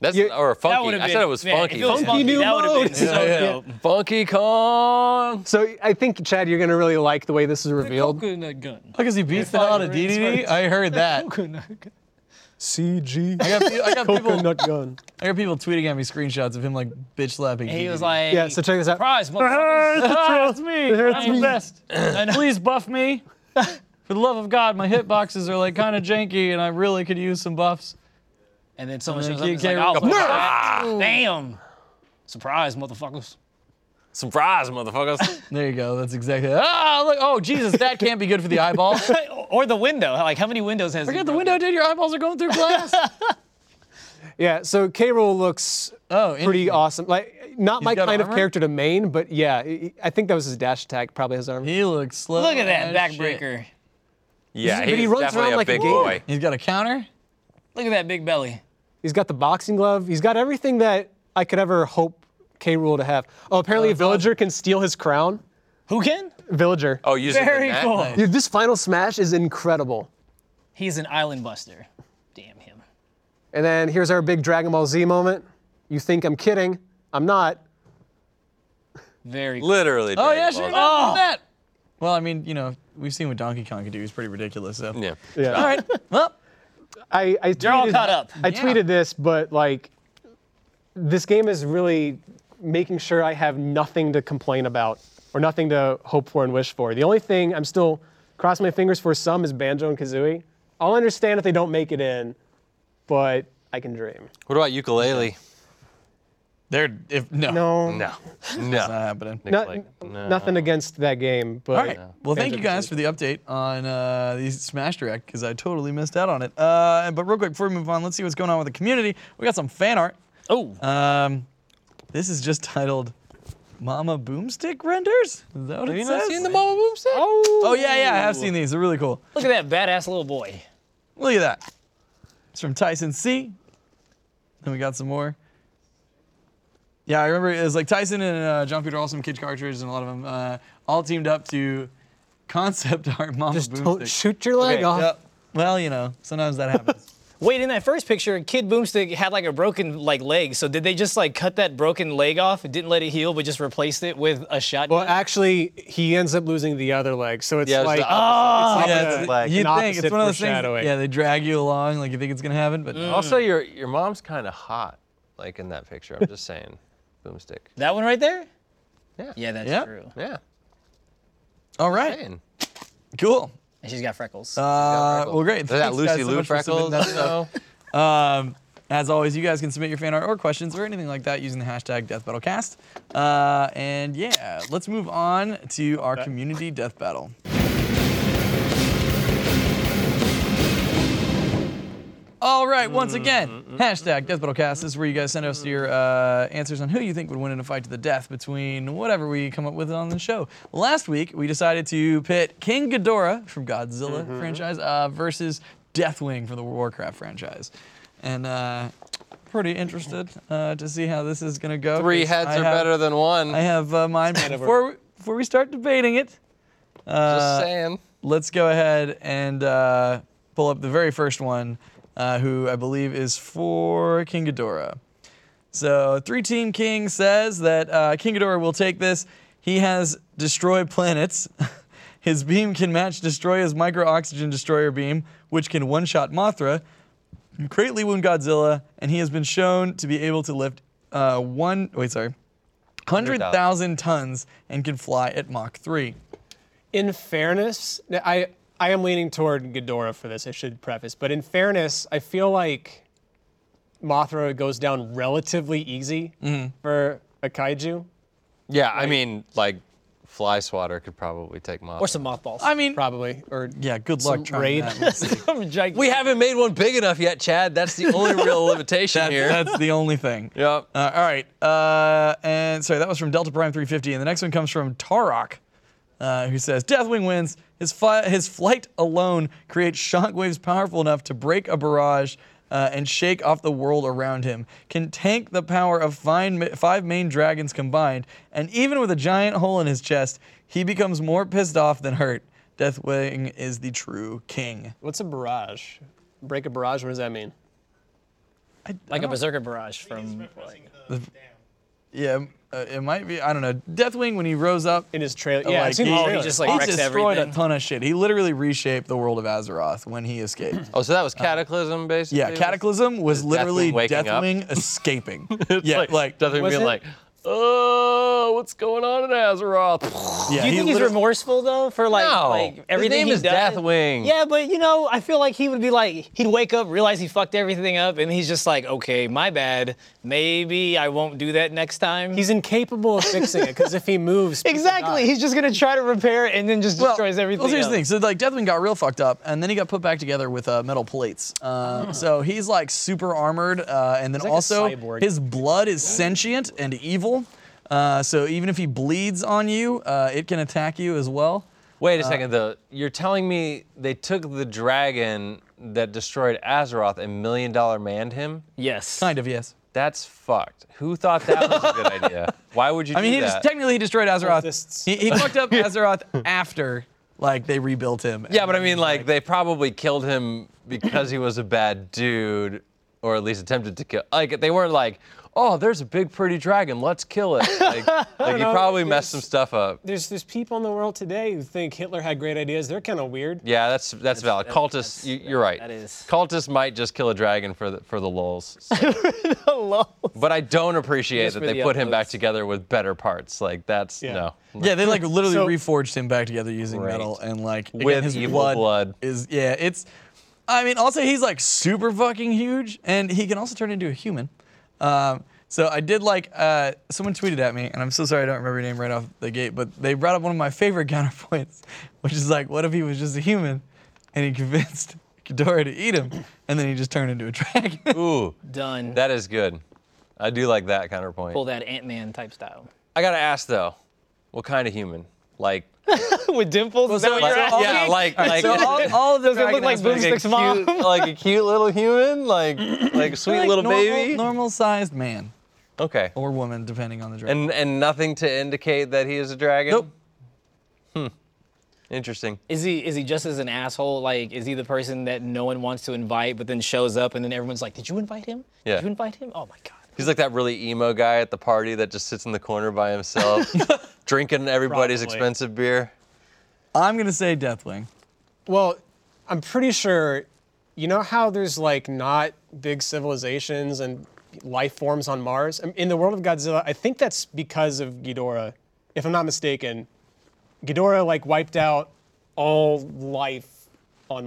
That's
you-
or
that
funky.
would have
I
been.
said it was
man,
funky.
If it was
Yeah.
funky,
new
that would have
mode.
been so
Yeah, yeah.
dope.
Funky Kong.
So I think, Chad, you're going to really like the way this is revealed.
Coconut gun.
Look as he beats the hell out of DDD. I heard that.
Coconut gun.
CG.
I got, pe- I got people.
Coconut gun.
I got people tweeting at me screenshots of him like bitch slapping.
He
DDD.
was like.
Yeah, so check this out.
Surprise, motherfuckers.
"That's me.
That's
I'm
me.
the best. Please buff me. For the love of God, my hitboxes are like kind of janky, and I really could use some buffs."
And then someone shows up
Gary-
and is like,
Gary-
oh,
Ah!
fuck. damn. Surprise, motherfuckers.
Surprise, motherfuckers.
There you go. That's exactly. Ah, look. Oh, Jesus, that can't be good for the eyeball.
or the window. Like, how many windows has
Forget the window, dude. Your eyeballs are going through glass.
Yeah, so K. Rool looks
Oh,
pretty
interesting.
awesome. Like, not my
got
kind of
armor?
character to main, but yeah, I- I think that was his dash attack. Probably his armor.
he looks slow.
Look at
as
that
Oh, shit.
backbreaker.
yeah,
But he
he's
runs
definitely
around
a
like a
big
gator.
boy.
He's got a counter.
Look at that big belly.
He's got the boxing glove. He's got everything that I could ever hope K. Rule to have. Oh, apparently a villager can steal his crown.
Who can?
Villager.
Oh, using
Very
the net.
cool.
Dude, this final smash is incredible.
He's an island buster. Damn him.
And then here's our big Dragon Ball Z moment. You think I'm kidding? I'm not.
Very cool.
Literally.
Oh
Dragon
yeah,
Ball
sure.
Z.
Oh. That. Well, I mean, you know, we've seen what Donkey Kong can do. He's pretty ridiculous. So.
Yeah.
All right. Well,
I, I tweeted,
You're all caught up.
I
Yeah.
tweeted this, but like, this game is really making sure I have nothing to complain about or nothing to hope for and wish for. The only thing I'm still crossing my fingers for some is Banjo and Kazooie. I'll understand if they don't make it in, but I can dream.
What about ukulele?
there. If no,
No,
No.
not
No.
happening.
Nick's
not-
like, no.
nothing against that game, but
All right. Well, thank you guys for the update on uh, the Smash Direct because I totally missed out on it. Uh, but real quick, before we move on, let's see what's going on with the community. We got some fan art.
Oh,
Um, this is just titled "Mama Boomstick Renders." Is that what it says?
Mama Boomstick? Oh.
oh yeah, yeah, I have seen these. They're really cool.
look at that badass little boy.
Look at that. It's from Tyson C. Then we got some more. Yeah, I remember it was like Tyson and uh, John Peter Awesome, Kid Cartridge, and a lot of them uh, all teamed up to concept art Mama
Just
Boomstick.
don't shoot your leg
Okay,
off.
yep. Well, you know, sometimes that happens.
Wait, in that first picture, Kid Boomstick had like a broken like leg. So did they just like cut that broken leg off and didn't let it heal, but just replaced it with a shotgun?
Well, actually, he ends up losing the other leg, so it's
Yeah, it was
like oh,
the
it's
opposite.
yeah,
like
it's-
a-
like
an
you'd think it's
opposite
one of those things.
foreshadowing. Mm.
Yeah, they drag you along, like you think it's gonna happen, but
Also, your your mom's kind of hot, like in that picture. I'm just saying, boomstick.
that one right there?
Yeah.
Yeah, that's
Yeah.
true.
Yeah.
all right,
Saying.
cool.
And she's got freckles.
Uh, well, great.
Is that
Thanks, guys,
Lucy
so
Lou
much for submitting
freckles?
that
you
stuff.
know?
Um, as always, you guys can submit your fan art or questions or anything like that using the hashtag DeathBattleCast. Uh, and yeah, let's move on to our community death battle. All right, once
Mm-hmm,
again, hashtag DeathBattleCast. This is where you guys send us your uh, answers on who you think would win in a fight to the death between whatever we come up with on the show. Last week, we decided to pit King Ghidorah from Godzilla
Mm-hmm.
franchise uh, versus Deathwing from the Warcraft franchise. And uh, pretty interested uh, to see how this is going to go.
Three
'cause
heads
I
are
have-
better than one.
I have uh, mine. Before we, before we start debating it,
just saying.
let's go ahead and uh, pull up the very first one, uh, who I believe is for King Ghidorah. So, Three Team King says that uh, King Ghidorah will take this. He has destroy planets. his beam can match Destroyer's micro oxygen destroyer beam, which can one shot Mothra, greatly wound Godzilla, and he has been shown to be able to lift uh, one. Wait, sorry. 100,000 tons and can fly at Mach 3.
In fairness, I I am leaning toward Ghidorah for this. I should preface, but in fairness, I feel like Mothra goes down relatively easy
Mm-hmm.
for a kaiju.
Yeah, I mean, like, fly swatter could probably take Mama.
or some mothballs.
I mean,
Probably, or
Yeah, good luck
Some
trying
raid.
that.
we haven't made one big enough yet, Chad. That's the only real limitation
That's,
here.
that's the only thing.
Yep.
Uh, all right. Uh, and sorry, that was from Delta Prime 350. And the next one comes from Tarok, uh, who says Deathwing wins. His, fi- his flight alone creates shockwaves powerful enough to break a barrage uh, and shake off the world around him. Can tank the power of fine ma- five main dragons combined. And even with a giant hole in his chest, he becomes more pissed off than hurt. Deathwing is the true king.
what's a barrage? Break a barrage. What does that mean?
like a berserker barrage from.
Yeah, uh, it might be. I don't know. Deathwing when he rose up.
In his trailer? Yeah,
like,
it's in
he-
the
oh, he
trailer.
just, like,
he
wrecks
destroyed a
everything.
ton of shit. He literally reshaped the world of Azeroth when he escaped.
oh, so that was Cataclysm, basically?
yeah, Cataclysm was
Deathwing
literally
waking up?
Deathwing escaping. yeah, like,
Deathwing
Was
being
it?
like, oh, what's going on in Azeroth?
Yeah,
Do you
he
think he's
literally-
remorseful though for like,
No.
like
His
everything
name
he
is
does?
Deathwing.
Yeah, but you know, I feel like he would be like he'd wake up, realize he fucked everything up, and he's just like, okay, my bad. Maybe I won't do that next time.
He's incapable of fixing it because if he moves, people
exactly.
die.
He's just gonna try to repair it and then just destroys everything.
Well, here's
else.
the thing. So like Deathwing got real fucked up, and then he got put back together with uh, metal plates. Uh, so he's like super armored, uh, and then
like a
also
cyborg.
his blood is sentient and evil. Uh, so even if he bleeds on you, uh, it can attack you as well.
Wait a second, though. You're telling me they took the dragon that destroyed Azeroth and Million Dollar Manned him?
Yes.
Kind of yes.
That's fucked. Who thought that was a good idea? Why would you
I mean,
do
he just
that?
technically he destroyed Azeroth.
Cultists.
He, he fucked up Azeroth after like they rebuilt him.
yeah, but I mean, like, they probably killed him because he was a bad dude, or at least attempted to kill. Like, they weren't like, oh, there's a big, pretty dragon, let's kill it. Like, like he
know,
probably
it's-
messed some stuff up.
There's there's people in the world today who think Hitler had great ideas. They're kind of weird.
Yeah, that's that's valid. Cultists, you, you're right.
that is.
Cultists might just kill a dragon for the for the lulz. so. But I don't appreciate
Just
that
for
they
the
put him back
uploads.
together with better parts. Like that's
Yeah.
no.
Yeah, they like literally
So-
reforged him back together using
Right.
metal and like again,
With
his
evil
blood,
blood.
is yeah. It's I mean also he's like super fucking huge and he can also turn into a human. Um, so I did like uh, someone tweeted at me and I'm so sorry I don't remember your name right off the gate, but they brought up one of my favorite counterpoints, which is like what if he was just a human and he convinced Ghidorah to eat him and then he just turned into a dragon.
Ooh,
Done.
that is good. I do like that counterpoint.
Pull that Ant Man type style.
I gotta ask though, what kind of human? Like,
With dimples? Is that what
like-
you're asking?
yeah, like like.
so all, all of the
Does it look
dragon
like
aspects-
Boomstick's mom?
Cute, like a cute little human, like like a sweet
like
little
normal,
baby.
normal sized man
Okay,
or woman depending on the dragon.
and and nothing to indicate that he is a dragon.
Nope.
Hmm. Interesting.
Is he is he just as an asshole? Like, is he the person that no one wants to invite, but then shows up and then everyone's like, "Did you invite him?
Yeah.
Did you invite him? Oh my god."
He's like that really emo guy at the party that just sits in the corner by himself, drinking everybody's
Probably.
expensive beer.
I'm gonna say Deathwing.
Well, I'm pretty sure. You know how there's like not big civilizations and life forms on Mars. Um, In the world of Godzilla, I think that's because of Ghidorah, if I'm not mistaken. Ghidorah like wiped out all life on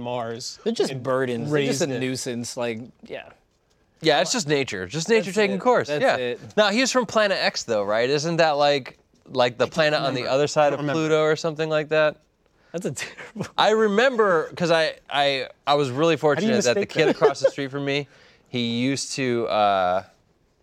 Mars.
They're just
and
burdens. They're just a
raised it.
nuisance. Like, yeah.
Yeah, it's just nature. Just nature
That's
taking
it.
course.
That's
yeah.
it.
Now he's from Planet X though, right? Isn't that like like the planet on the other side of Pluto or something like that?
That's a terrible.
I remember because I, I I was really fortunate that the
mistake
kid across the street from me, he used to uh,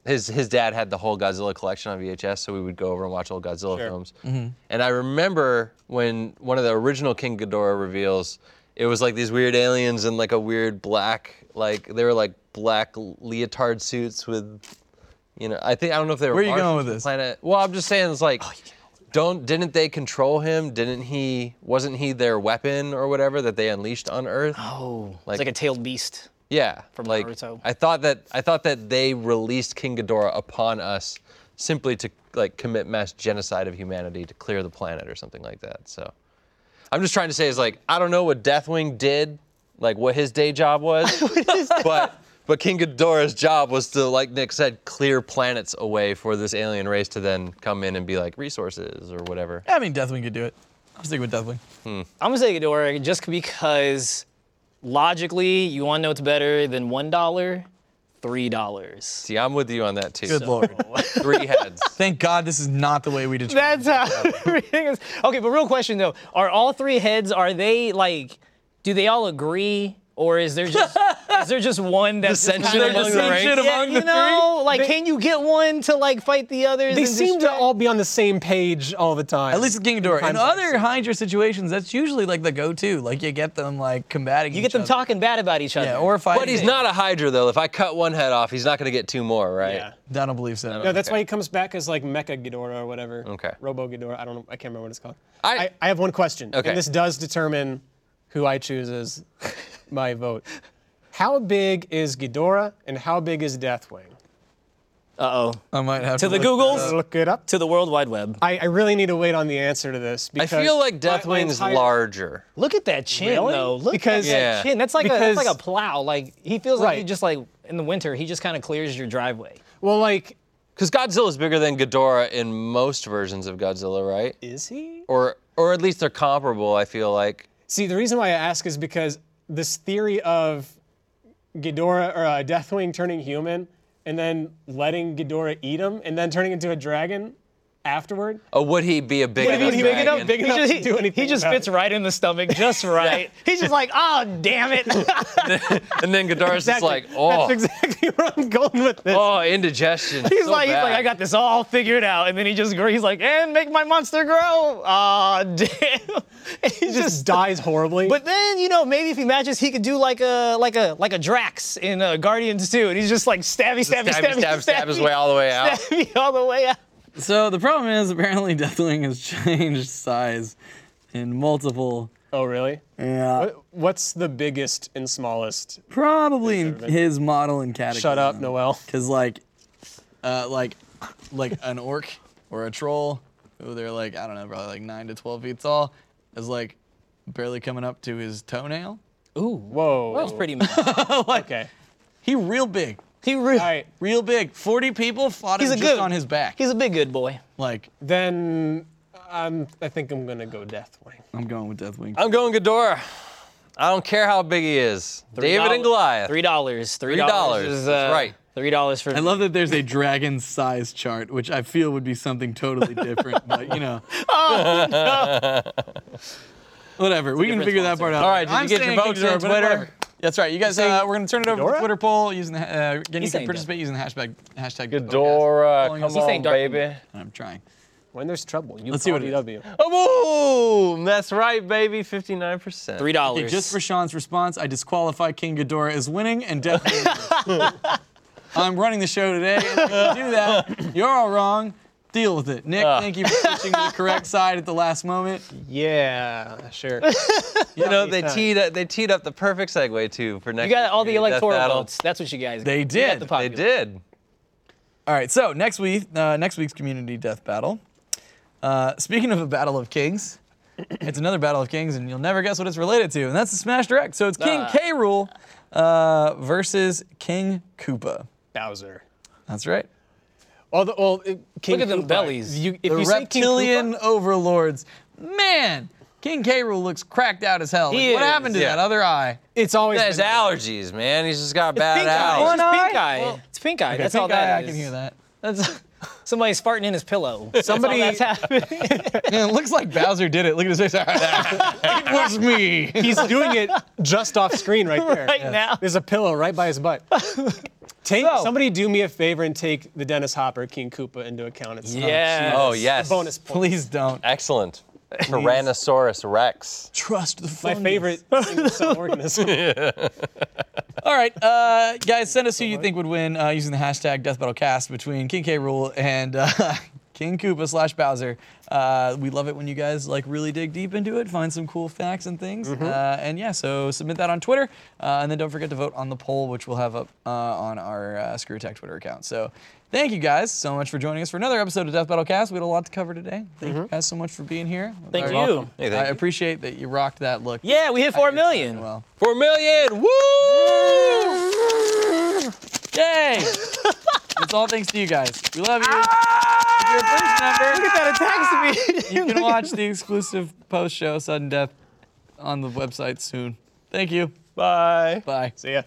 his his dad had the whole Godzilla collection on VHS, so we would go over and watch old Godzilla films.
Mm-hmm.
And I remember when one of the original King Ghidorah reveals, it was like these weird aliens in like a weird black like they were like black leotard suits with. You know, I think I don't know if they were.
Where are you going with
Martians from
this? Oh,
Planet. Well, I'm just saying it's like don't didn't they control him? Didn't he wasn't he their weapon or whatever that they unleashed on Earth?
Oh,
Like-
it's like a tailed beast.
yeah.
from Naruto.
I thought that I thought that they released King Ghidorah upon us simply to like commit mass genocide of humanity to clear the planet or something like that. So I'm just trying to say is like I don't know what Deathwing did, like what his day job was, but but King Ghidorah's job was to, like Nick said, clear planets away for this alien race to then come in and be like resources or whatever.
I mean, Deathwing could do it. I'm sticking with Deathwing.
I'm gonna say Ghidorah just because logically you want to know it's better than one dollar, three dollars.
See, I'm with you on that too.
Good lord.
Three heads.
Thank God this is not the way we determine.
That's how everything is. Okay, but real question though: Are all three heads? Are they like? Do they all agree, or is there just is there just one that's just
Dissension
kinda
among the
just-
ranks?
Yeah,
among
you
the
know, like can you get one to like fight the others?
They
and
seem to
distract-
all be on the same page all the time.
At least with King Ghidorah. In
Times
other
X.
Hydra situations, that's usually like the go-to. Like you get them like combating.
You get them talking bad about each other.
Yeah, or fighting.
But he's not a Hydra though. If I cut one head off, he's not gonna get two more, right?
Yeah.
I don't believe so.
No, that's why he comes back as like Mecha Ghidorah or whatever.
Okay.
Robo Ghidorah. I don't know. I can't remember what it's called.
I-
I, I, have one question.
Okay.
And this does determine who I choose as my vote. How big is Ghidorah and how big is Deathwing?
Uh oh.
I might have
To
to,
the
look that
Googles.
up.
Look it up.
To the World Wide Web.
I, I really need to wait on the answer to this
I
because
feel like
my- my
Deathwing's
entire-
larger.
Look at that chin,
Really?
though. Look
Because-
at that
Yeah.
chin. That's like a that's
Because-
like a plow. Like he feels like he
Right.
just like in the winter he just kind of clears your driveway.
Well, like
Because Godzilla's bigger than Ghidorah in most versions of Godzilla, right?
Is he?
Or or at least they're comparable. I feel like.
See, the reason why I ask is because this theory of Ghidorah or uh, Deathwing turning human and then letting Ghidorah eat him and then turning into a dragon afterward.
Oh, would he be a big
Would he
enough
be big
dragon?
enough? Big
He
enough
just,
to do
he,
anything.
he just
about
fits right in the stomach, just right. He's just like, oh, damn it.
and then Ghidorah's just like, oh,
That's exactly where I'm going with this.
oh, indigestion.
He's
so
like, he's
bad.
like, I got this all figured out, and then he just grows. He's like, and make my monster grow. Ah, damn. And he
he
just.
just dies horribly.
But then you know maybe if he matches, he could do like a like a like a Drax in uh, Guardians 2, and he's just like stabby,
Stab,
stabby,
stab,
stabby,
stab, stab his way all the way out.
stabby all the way out.
So the problem is apparently Deathwing has changed size in multiple.
oh, really?
Yeah.
What- What's the biggest and smallest?
Probably in his model and category.
Shut up, Noel.
Cause like, uh, like, like an orc or a troll, who they're like I don't know, probably like nine to twelve feet tall, is like barely coming up to his toenail.
Whoa.
That's pretty much.
okay.
He real big,
He really,
All right.
real big. Forty people fought
He's
him
a
just
good-
on his back.
he's a big good boy.
like
Then I'm, I think I'm gonna go Deathwing.
I'm going with Deathwing.
I'm going Ghidorah. I don't care how big he is. David and
Doll-
Goliath.
Three dollars. Three
$3,
dollars is
that's
uh,
right.
Three dollars for.
I love that there's a dragon size chart, which I feel would be something totally different, but you know.
Oh,
Whatever, we can figure that part out.
All right, did
I'm
you get your
saying
votes in on
Ghidorah, but
Twitter?
whatever. That's right. You guys, uh, we're gonna turn it over to the
Ghidorah?
Twitter poll using the. ha- Uh, again, you can
saying
participate using the hashtag hashtag
Ghidorah,
Following us-
come
He's
on,
saying Dark-
baby.
I'm trying.
When there's trouble, you
Let's see what it
call DW.
Oh, boom! That's right, baby. 59%.
Three
Okay,
dollars.
just for Sean's response, I disqualify King Ghidorah as winning and definitely. I'm running the show today. and If you do that, you're all wrong. Deal with it. Nick, thank you for switching to the correct side at the last moment.
Yeah, sure.
You know, they teed, up, they teed up the perfect segue, too, for next
you got all the
year's Death
electoral
Battle.
votes. That's what you guys.
They
got. You got
did.
the
They
popular.
did.
All right. So next week, uh, next week's community death battle. Uh, speaking of a battle of kings, it's another battle of kings, and you'll never guess what it's related to, and that's the Smash Direct. So it's King
Ah.
K. Rule uh, versus King Koopa.
Bowser.
That's right.
Although, well, it- King
Look at them
Koopa.
bellies.
You, if
the
you say King
reptilian
Koopa-
overlords. Man, King K. Rule looks cracked out as hell. Like, what
is.
happened to
Yeah.
that other eye?
it's always
That's
been-
allergies, man. He's just got bad
Pink eye.
allergies.
It's pink eye. it's pink eye. That's all
Pink eye,
that
I
is.
can hear that.
That's somebody's farting in his pillow.
Somebody-
That's all that's happening.
Man, it looks like Bowser did it. Look at his face. it was me.
He's doing it just off screen right there.
Right now.
There's a pillow right by his butt. Take
So-
somebody do me a favor and take the Dennis Hopper King Koopa into account. It's
Yeah.
Oh, yes.
bonus point.
Please don't.
Excellent. Tyrannosaurus Rex.
Trust the
My
fungus.
favorite cell organism.
All right, uh, guys, send us who you think would win uh, using the hashtag DeathBattleCast between King K. Rule and uh, King Koopa slash Bowser. Uh, we love it when you guys like really dig deep into it, find some cool facts and things, uh, and yeah. So submit that on Twitter, uh, and then don't forget to vote on the poll, which we'll have up uh, on our uh, Screw Attack Twitter account. So thank you guys so much for joining us for another episode of Death Battle Cast. We had a lot to cover today. Thank you guys so much for being here.
Thank
I-
you. Welcome.
Hey, thank
I
you.
appreciate that you rocked that look.
yeah, we hit four million.
Well.
Four million! Woo!
Yay! it's all thanks to you guys. We love you. If you're a first member, Ah! look at that attacks me. you can watch the exclusive post show Sudden Death on the website soon. Thank you.
Bye.
Bye.
See ya.